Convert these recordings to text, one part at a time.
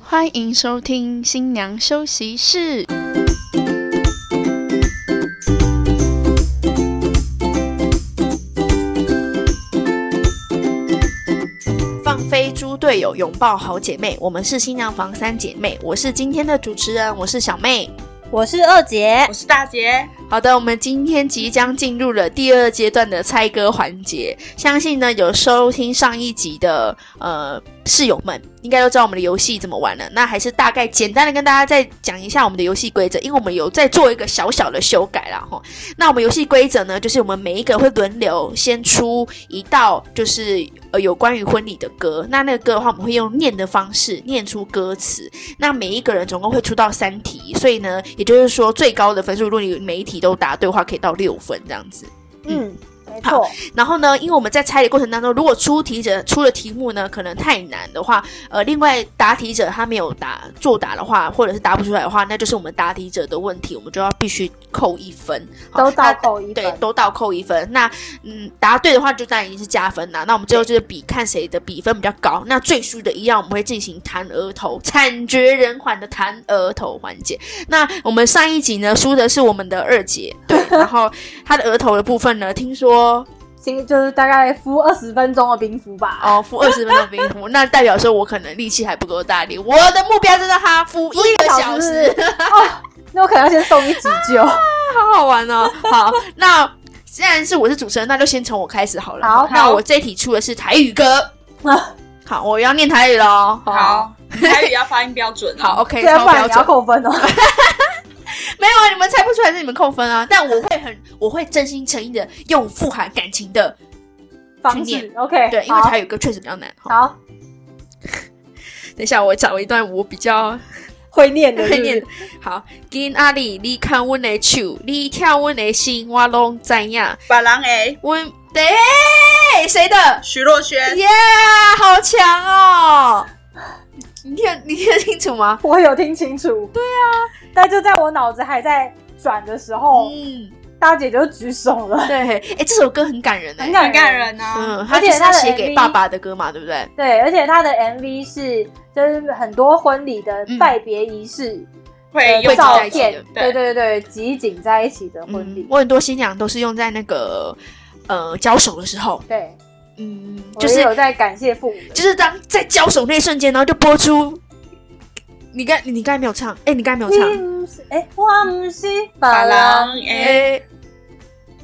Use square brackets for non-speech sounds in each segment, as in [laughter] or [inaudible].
欢迎收听新娘休息室。放飞猪队友，拥抱好姐妹。我们是新娘房三姐妹，我是今天的主持人，我是小妹。我是二姐，我是大姐，好的，我们今天即将进入了第二阶段的猜歌环节。相信呢，有收听上一集的呃室友们，应该都知道我们的游戏怎么玩了。那还是大概简单的跟大家再讲一下我们的游戏规则，因为我们有在做一个小小的修改啦。哈。那我们游戏规则呢，就是我们每一个会轮流先出一道，就是呃有关于婚礼的歌。那那个歌的话，我们会用念的方式念出歌词，那每一个人总共会出到三题，所以呢，也就是说最高的分数，如果你每一题都答对的话，可以到六分这样子。嗯，没错，然后呢，因为我们在猜的过程当中，如果出题者出的题目呢可能太难的话，呃，另外答题者他没有答作答的话，或者是答不出来的话，那就是我们答题者的问题，我们就要必须扣一分。好都那倒扣一对分，，都倒扣一分。那嗯，答对的话就当然已经是加分啦。那我们最后就是比看谁的比分比较高。那最输的一样，我们会进行弹额头，惨绝人寰的弹额头环节。那我们上一集呢，输的是我们的二姐，对，然后她的额头的部分呢，听说行，就是大概敷二十分钟的冰敷吧。哦敷二十分钟冰敷，那代表说我可能力气还不够大力。我的目标就是让她敷一个小时。哦，那我可能要先送一急 [laughs] 救。好好玩哦。好，那既然是我是主持人，那就先从我开始好了。好那好我这一题出的是台语歌啊。好，我要念台语喽。好好，你台语要发音标准哦。哦好，OK，这样超啊不然标你要准。扣分哦。没有啊，你们猜不出来是你们扣分啊。但我会很，我会真心诚意的用富含感情的，方去式 OK，对，因为好台语歌确实比较难。好，好等一下我找一段我比较会 [laughs] 念的，会念。好。今阿里，你看阮的手，你跳阮的心，我拢知影。把狼诶，阮对谁的？徐若瑄，耶好强哦！你听得，你听得清楚吗？我有听清 [laughs] 楚。对啊，但就在我脑子还在转的时候，嗯，大姐就举手了，对，哎、这首歌很感人哎、很感很感。人啊。嗯，他而且就是他的写给 MV 爸爸的歌嘛，对不对？对，而且她的 MV 是就是很多婚礼的嗯拜别仪式会会在用照一起的片，对对对对，集锦在一起的婚嗯礼，，我很多新娘都是用在那个呃交手的时候，对。嗯，我就也是有在感谢父母的，就是当在交手那一瞬间，然后就播出。你刚你刚才没有唱，哎、你刚才没有唱，你不是哎，我不是把把郎，狼哎、诶，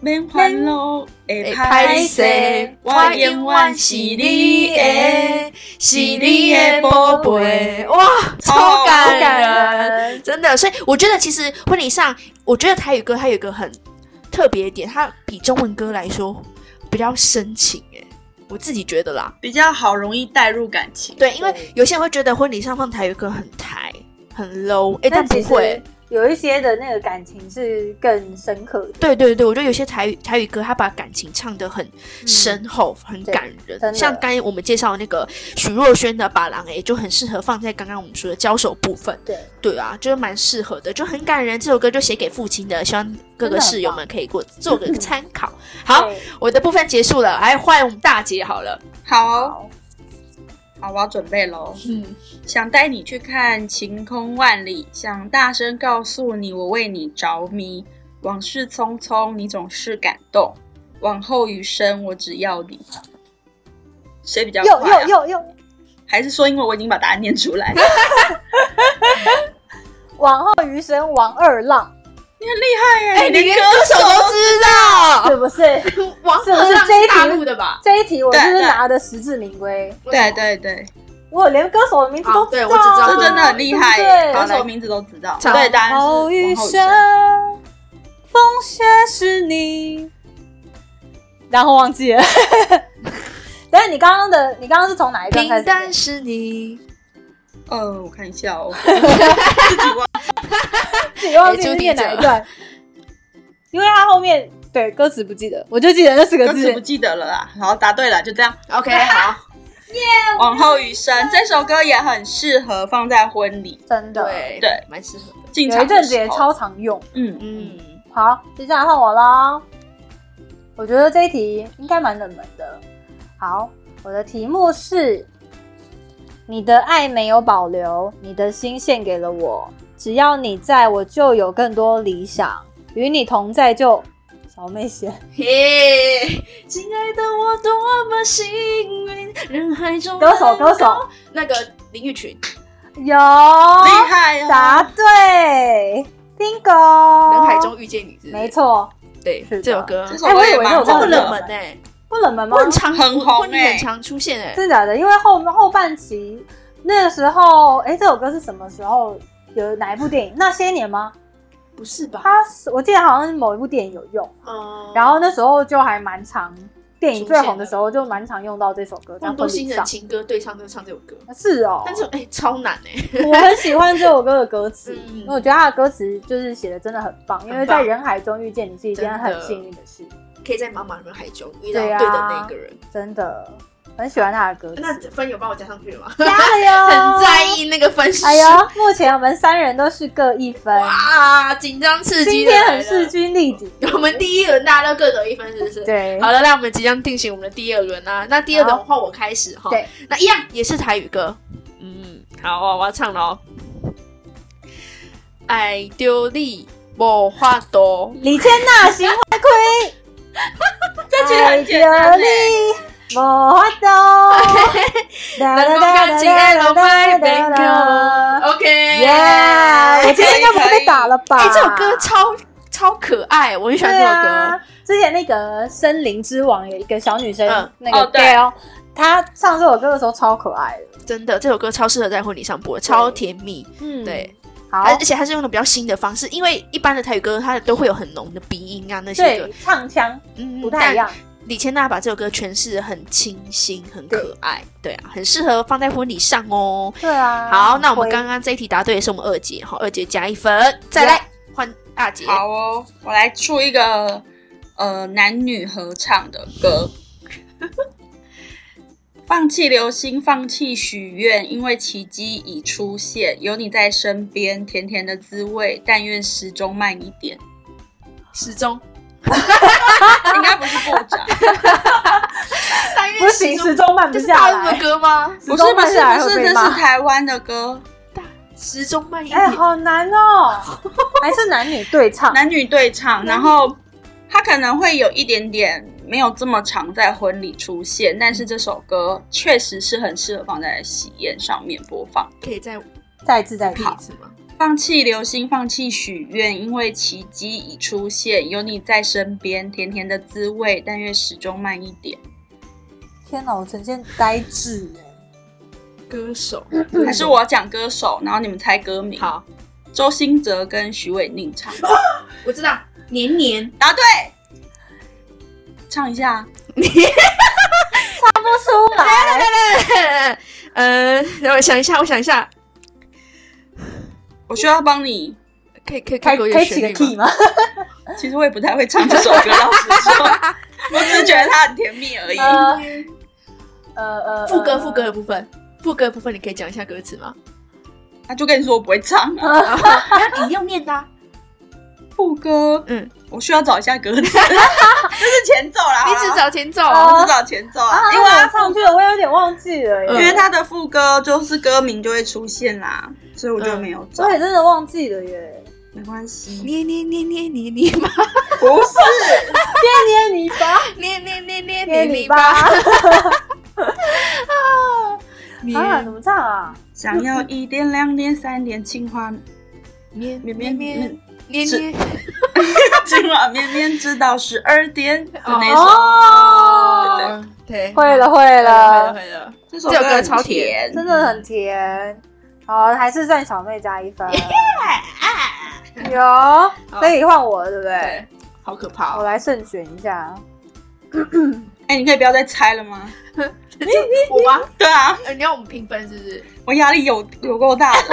免烦恼，会会歹歹势势，，我我永永远远是是你你的。的，是你的宝贝。哇，超超感感人，人，真的。所以我觉得，其实婚礼上，我觉得台语歌它有一个很特别的点，它比中文歌来说比较深情。哎，我自己觉得啦。比较好，容易带入感情。对，因为有些人会觉得婚礼上放台语歌很台、很 low，哎，但不其会实。有一些的那个感情是更深刻的，对对对，我觉得有些台语台语歌，它把感情唱得很深厚，很对感真人。的像刚才我们介绍的那个许若瑄的《把郎》，哎，就很适合放在刚刚我们说的交手部分。对，对啊，就是蛮适合的，就很感人。这首歌就写给父亲的，希望各个真的很室友棒们可以给我做个参考。好，哎对，我的部分结束了，来换我们大姐好了。好哦，好，我要准备喽。嗯，想带你去看晴空万里，想大声告诉你我为你着迷。往事匆匆，你总是感动。往后余生，我只要你。谁比较又快、啊？又又又还是说，因为我已经把答案念出 [laughs] 来？往后余生王二浪，你很厉害耶！哎，你连连歌歌手都知是不是？道，王是不鹤是棣这一是大题陆的吧？这一题我就对是对拿的实至名归，对对对，我连歌手的名哦字啊都对道我只知道啊这真的很厉害耶！对歌不对好来手名字都知道。唱对，答案是后余往后余生生。，风雪是你，然后忘记了。 [laughs] 但是你刚刚的，你刚刚是从哪一段开平始？淡是你，呃，我看一下哦，自己忘记是念哪一段，因为他后面对歌词不记得，我就记得那四个歌词字不。记得了啦。好，答对了，就这样。 OK，好，往后余生这首歌也很适合放在婚礼真的，对对，蛮适合的。进有场一的阵子时也候。超常用。嗯，嗯，好，接下来换我啦。我觉得这一题应该蛮冷门的。好，我的题目是：你的爱没有保留，你的心献给了我。只要你在，我就有更多理想。与你同在就，小妹写，耶，亲爱的我多么幸运，人海中歌手歌手能够那个林育群， [laughs] 有厉害答啊！《对，bingo。人海中遇见你》是不是没，错，对是的这首歌这首哎我歌以也为蛮有这这红么么冷的门冷门哎、不冷门吗？问常很红问你欸很常出现哎、真的假的？因为后后半期那个时候，哎、这首歌是什么时候？有哪一部电影？那些年吗？不是吧？它是我记得好像是某一部电影有用，嗯，然后那时候就还蛮常，电影最出现红的的时候就蛮常用到这首歌，在那么多婚新礼人上。情歌对唱就唱这首歌，是哦，但是哎、超难哎、我很喜欢这首歌的歌词， [laughs] 嗯因为我觉得它的歌词就是写的真的很棒，因为很棒在人海中遇见你是一件真的很幸运的事，可以在茫茫人海中遇到对对啊的那个人。真的很喜欢它的歌词。那分有帮我加上去了吗？加油！ [laughs] 很在。意那个分数。啊哎呀，目前我们三人都是各一分，哇，紧张刺激今的天来了。很势均力敌。 [laughs] 我们第一轮大家都各得一分，是不是？。对，好了，那我们即将定型我们的第二轮啦、那第二轮好换我开始哈。对。那一样也是台语歌。嗯，好哦，我要唱了哦。爱丢你无法度，李千娜行为 [laughs] 亏，这句很简单爱欸着你无法懂。 [laughs] 哒能够感情爱到卖没够。OK。耶！我今天应该不会被打了吧？哎、这首歌超超可爱，我很喜欢这对首歌。啊，之前那个《森林之王》有一个小女生嗯，那哦个对 Gail，她唱这首歌的时候超可爱的。真的，这首歌超适合在婚礼上播，超甜蜜。嗯，对，好而，而且它是用的比较新的方式，因为一般的台语歌它都会有很浓的鼻音啊那些歌对，，唱腔嗯不太一。样。但李千娜把这首歌诠释得很清新、很可爱，对啊，很适合放在婚礼上哦。对啊，好，那我们会刚刚这一题答对的是我们二姐，好，二姐加一分，再来换大姐。好哦，我来出一个呃男女合唱的歌。放弃流星，放弃许愿，因为奇迹已出现。有你在身边，甜甜的滋味。但愿时钟慢一 [laughs] 点，时钟， [laughs] 应该不是部长，但愿不行，时钟慢不这是下大陆的来，歌吗？不时是钟不慢是下来不会是，被这骂是。台湾的歌，时钟慢一点。哎，好难哦， [laughs] 还是男女对唱。男女对唱，然后它可能会有一点点没有这么常在婚礼出现，但是这首歌确实是很适合放在喜宴上面播放。可以再再一次，再一次拼，一次吗？放弃流星，放弃许愿，因为奇迹已出现，有你在身边，甜甜的滋味，但愿始终慢一点。天哪，我呈现呆滞哎。歌手，嗯还是我讲歌手，然后你们猜歌名？，好，周兴哲跟徐伟宁唱，我知道，年年。答对，唱一下。出来， [laughs] 呃，让我想一下，我想一下，我需要帮你，可以可以可以给我一可以旋起律个 key 吗？吗？其实我也不太会唱这首歌，老实说，我只是觉得它很甜蜜而已。嗯呃呃呃，副歌副歌的部分，副歌的部分你可以讲一下歌词吗？他就跟你说我不会唱啊，那你用念的啊，副歌，嗯，我需要找一下歌词， [laughs] 就是前奏啦，你只找前奏，哦我只找前奏啊，啊，因因为为它我唱去了，我有点忘记了嗯因为耶，它的副歌就是歌名就会出现啦，所以我就没有嗯找。我也真的忘记了耶。没关系，捏捏捏捏捏捏吧，不是捏捏泥巴， [laughs] 捏捏捏捏捏捏捏泥吧，巴，啊，怎绵么唱啊？想要一点、两点、三点，情话绵绵绵绵绵绵，捏是捏，情话绵绵，直到十二点的那首。哦，嗯对，会了会会了了，会了，这首这首歌很超甜甜，真的很甜。好，还是算小妹加 [laughs] 一分。有，所以换我了对不对？对，好可怕我哦，来慎选一下。哎，你可以不要再猜了吗？我吗？对啊，呃你要我们评分是不是？我压力有有 [laughs] 够大的。。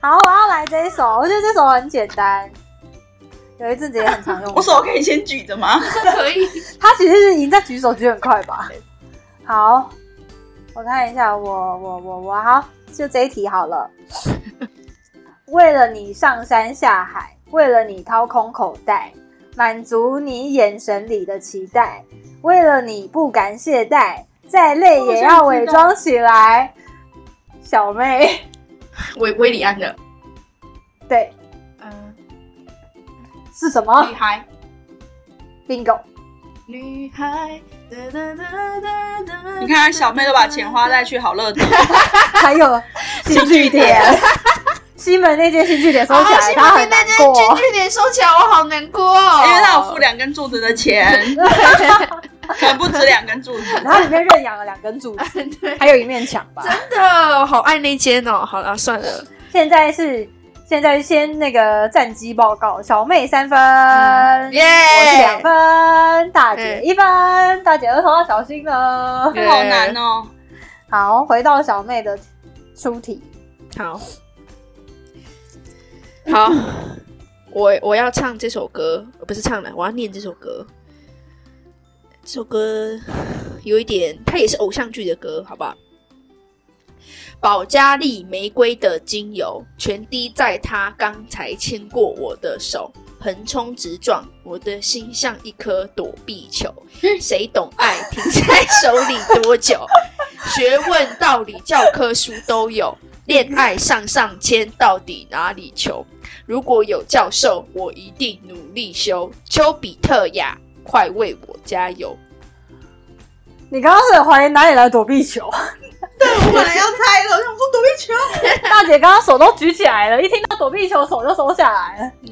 好，我要来这一首，我觉得这首很简单，有一阵子也很常用 [laughs] 我手可以先举着吗？可以，他其实是已经在举手举很快吧？好，我看一下，我我我我好，就这一题 [laughs] 好了。为了你上山下海，为了你掏空口袋，满足你眼神里的期待，为了你不敢懈怠，再累也要伪装起来。小妹，维维里安的，对，嗯、是什么女孩， ？bingo，女孩，哒哒哒哒哒你看小妹都把钱花在去好乐迪，还有新据 [laughs] 点，西门那间新据点收起啊，来，西他门很町那难间过军。据点收起来，我好难过、哦，因为他有付两根柱子 [laughs] 的钱，可能不止两根柱子。然后里面认养了两根柱子，还有一面墙吧。真的，我好爱那间哦。好了，算了，现在是现在先那个战绩报告，小妹三分，耶、我是两分，大姐嗯一分，大姐额头要小心了。对好难哦！好，回到小妹的出题，好，好，我我要唱这首歌，呃不是唱了，我要念这首歌。这首歌有一点，它也是偶像剧的歌，好不好？保加利玫瑰的精油全滴在他刚才牵过我的手，横冲直撞，我的心像一颗躲避球，谁懂爱停在手里多久？ [laughs] 学问、道理、教科书都有，恋爱上上签到底哪里求？如果有教授，我一定努力修。丘比特呀，快为我加油！你刚刚是有怀疑哪里来躲避球？我本来要猜的，我想说躲避球。大姐刚刚手都举起来了，一听到躲避球手就收下来了。嗯，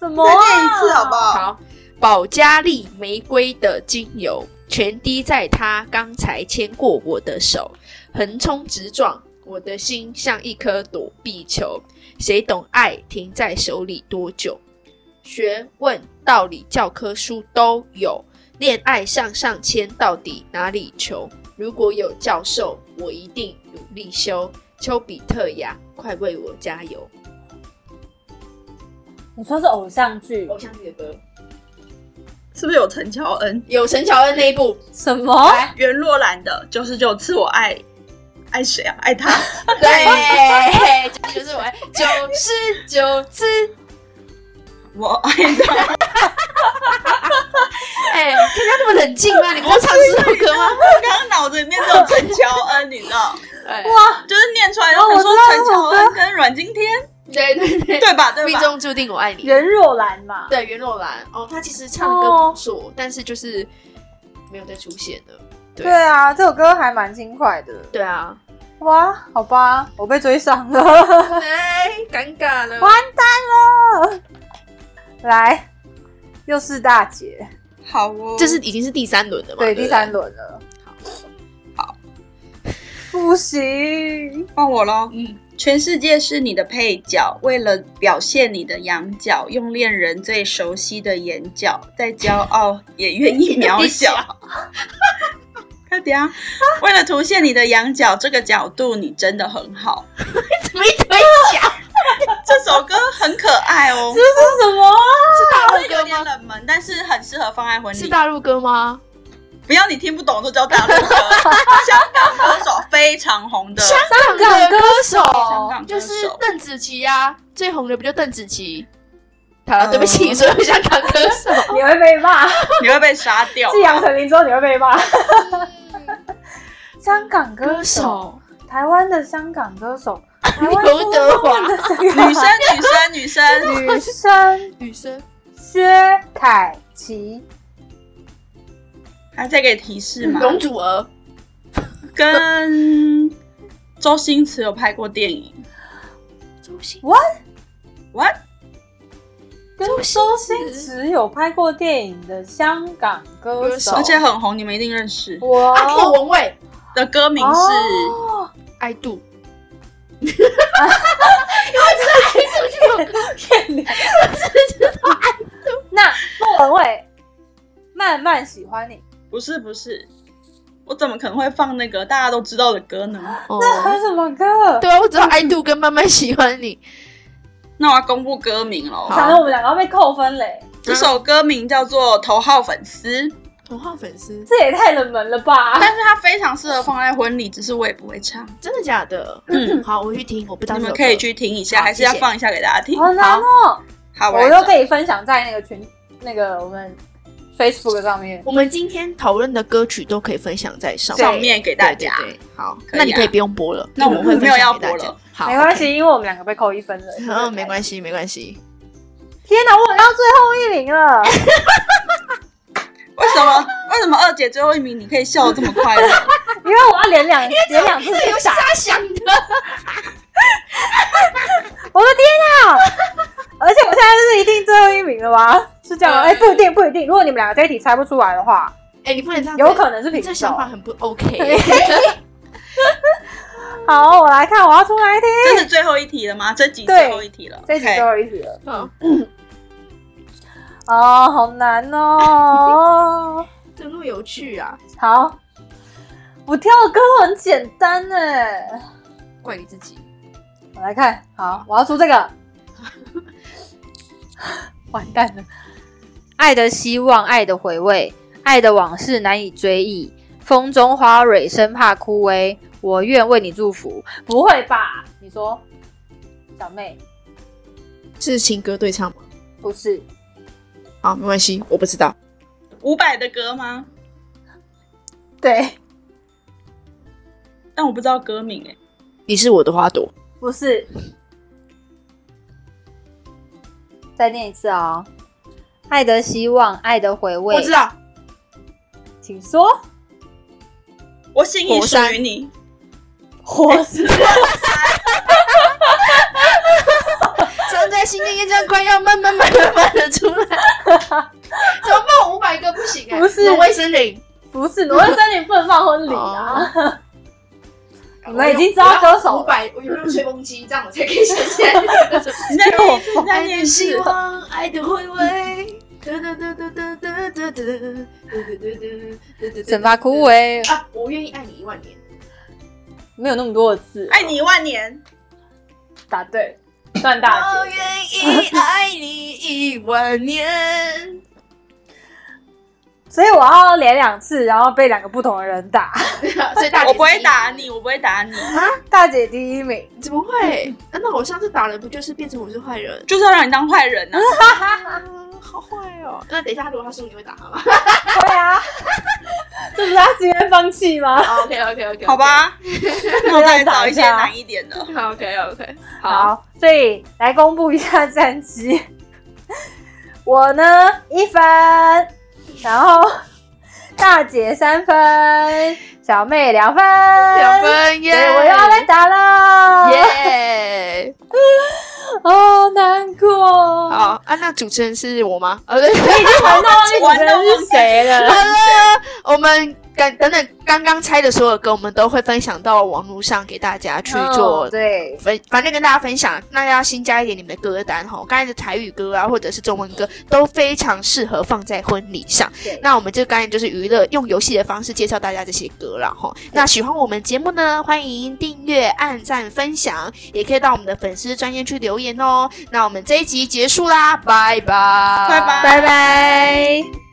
什么、再啊？念一次好不好？好，保加利玫瑰的精油全滴在他刚才牵过我的手，横冲直撞，我的心像一颗躲避球，谁懂爱停在手里多久？学问、道理、教科书都有，恋爱上上签到底哪里求？如果有教授，我一定努力修。丘比特呀，快为我加油！你说是偶像剧？偶像剧的歌是不是有陈乔恩、有陈乔恩那一部，什么？袁若兰的《九十九次我爱》？爱谁啊？爱他。对，这就是我九十九次。我爱他。哎、可以不要那么冷静吗？你给我唱这首歌吗？我刚刚脑子里面只有陈乔恩，你知道，哎哇，就是念出来，然后哦我我说知道陈乔这首恩跟阮经天，对对对，对吧？对命吧？中注定我爱你。袁若兰嘛。对，袁若兰哦，她其实唱的歌不错，但是就是没有再出现了。对对啊，这首歌还蛮轻快的。对啊，哇，好吧，我被追上了。哎，尴尬了。 [laughs] 完蛋了！来，又是大姐，好哦，这是已经是第三轮了嘛？对，对，第三。轮了。好，不行，换我喽。嗯，全世界是你的配角，为了表现你的羊角，用恋人最熟悉的眼角，再骄傲也愿意渺 [laughs] 小。快点啊！为了凸显你的羊角，这个角度你真的很好。怎么一堆假？这首歌很可爱 [laughs] 哦，这是什么啊？是大陆有歌点吗？冷门，但是很适合放在婚是礼。大陆歌吗？不要你听不懂就叫大陆 [laughs] 歌，香港歌手非常红的。香港歌手香港歌就手是 [laughs] 邓紫棋啊，最红的不就邓紫棋？好了，对不起，所以我想当歌手。 [laughs] 你会被 [laughs] 骂，你会被杀掉继。杨丞琳之后你会被骂。香港 [laughs] 歌歌手，手，台湾的香港歌手， [laughs] 台湾刘德华的香港女生，女生，女生，女生女生，薛凯琪，还再给提示吗？容祖儿，跟周星驰有拍过电影。周星， What？哦跟周星周驰星驰有拍过电影的香港歌歌手，手而且很红，你们一定认识。哦我啊，莫文蔚的歌名是哦，I do。因为知道 I do 这首歌，那莫文蔚慢慢喜欢你，不是不是？我怎么可能会放那个大家都知道的歌呢？还有哦，什么歌？对啊，我只知道 I do 跟慢慢喜欢你。那我要公布歌名喽。想得我们两个要被扣分嘞，这首歌名叫做《头号粉丝》，童话粉丝，这也太冷门了吧？但是它非常适合放在婚礼，只是我也不会唱。真的假的？嗯，好，我去听，我不知道你这们首可以歌去听一下，好还是要谢谢啊放一下给大家听。好难哦，好，我来又找可以分享在那个群那个我们 Facebook 上面。我们今天讨论的歌曲都可以分享在上面上面给大家对对对好，可以啊那你可以不用播了，那因为我们会们分没有享要给大播家了。好，没关系，因为我们两个被扣一分了。 [laughs] OK，嗯，没关系，没关系。系。天哪，我到最后一名了，为什么？为什么二姐最后一名你可以笑得这么快乐？因为我要连两连两次这游戏打。他想的，我的天啊！而且我现在是一定最后一名了吗？是这样吗？嗯哎、不一定，不一定。如果你们两个这一题猜不出来的话，哎，你不能这样子，有可能是你平这手想。法很不 OK。 [laughs] 好，我来看，我要出哪一题？这是最后一题了吗？这集对最后一题了，这一题 OK 最后一题了。嗯，哦，好难哦。这么有趣啊，好，我跳的歌都很简单哎。怪你自己。我来看，好，我要出这个。 [laughs] 完蛋了！爱的希望，爱的回味，爱的往事难以追忆。风中花蕊生怕枯萎，我愿为你祝福。不会吧？你说，小妹是情歌对唱吗？不是？好，没关系，我不知道。伍佰的歌吗？对，但我不知道歌名哎、你是我的花朵，不是。再念一次啊、哦！爱的希望，爱的回味我知道，请说。我心已火属山于你。火是藏在心里，这样快要慢慢慢慢慢的出来。怎么办？五百个不行哎、不是挪威森林。 [laughs] 不是，挪威森林不能放婚礼哦啊！你们已经知道歌手了五百，500我有没有吹风机？这样我才可以想起来。 [laughs] 你在念爱的一次，你在念一次希望，爱的回味。哒哒哒哒哒哒哒哒哒哒哒惩罚枯萎，啊！我愿意爱你一万年。没有那么多的字。爱你一万哎年。答对，算大我姐。愿意爱你一万年。 [laughs] 所以我要连两次，然后被两个不同的人打。所以大姐我不会是打你，我不会打你，大姐第一名，怎么会？啊那我上次打人不就是变成我是坏人？就是要让你当坏人呢、啊。好坏哦！那等一下，如果他输，你会打他吗对啊，这不是他自愿放弃吗？ ？OK OK OK，好。吧，那我再找一些再打一下难一点的。 OK OK，好，好，所以来公布一下战绩。我呢一分，然后大姐三分，小妹两分，两，分耶！对，我又要被打了，耶！哦，难过。好啊，那主持人是我吗？呃，对， [laughs] 玩到忘记 [laughs] 玩到忘人记是谁了。好了，我们刚等等刚刚猜的所有歌，我们都会分享到网络上给大家去做哦嗯对，分，反正跟大家分享，那要新加一点你们的歌单哈。刚才的台语歌啊，或者是中文歌，都非常适合放在婚礼上对。那我们就刚才就是娱乐，用游戏的方式介绍大家这些歌了哈。那喜欢我们节目呢，欢迎订阅、按赞、分享，也可以到我们的粉丝专页去留言哦。那我们这一集结束啦，拜拜，拜拜拜拜。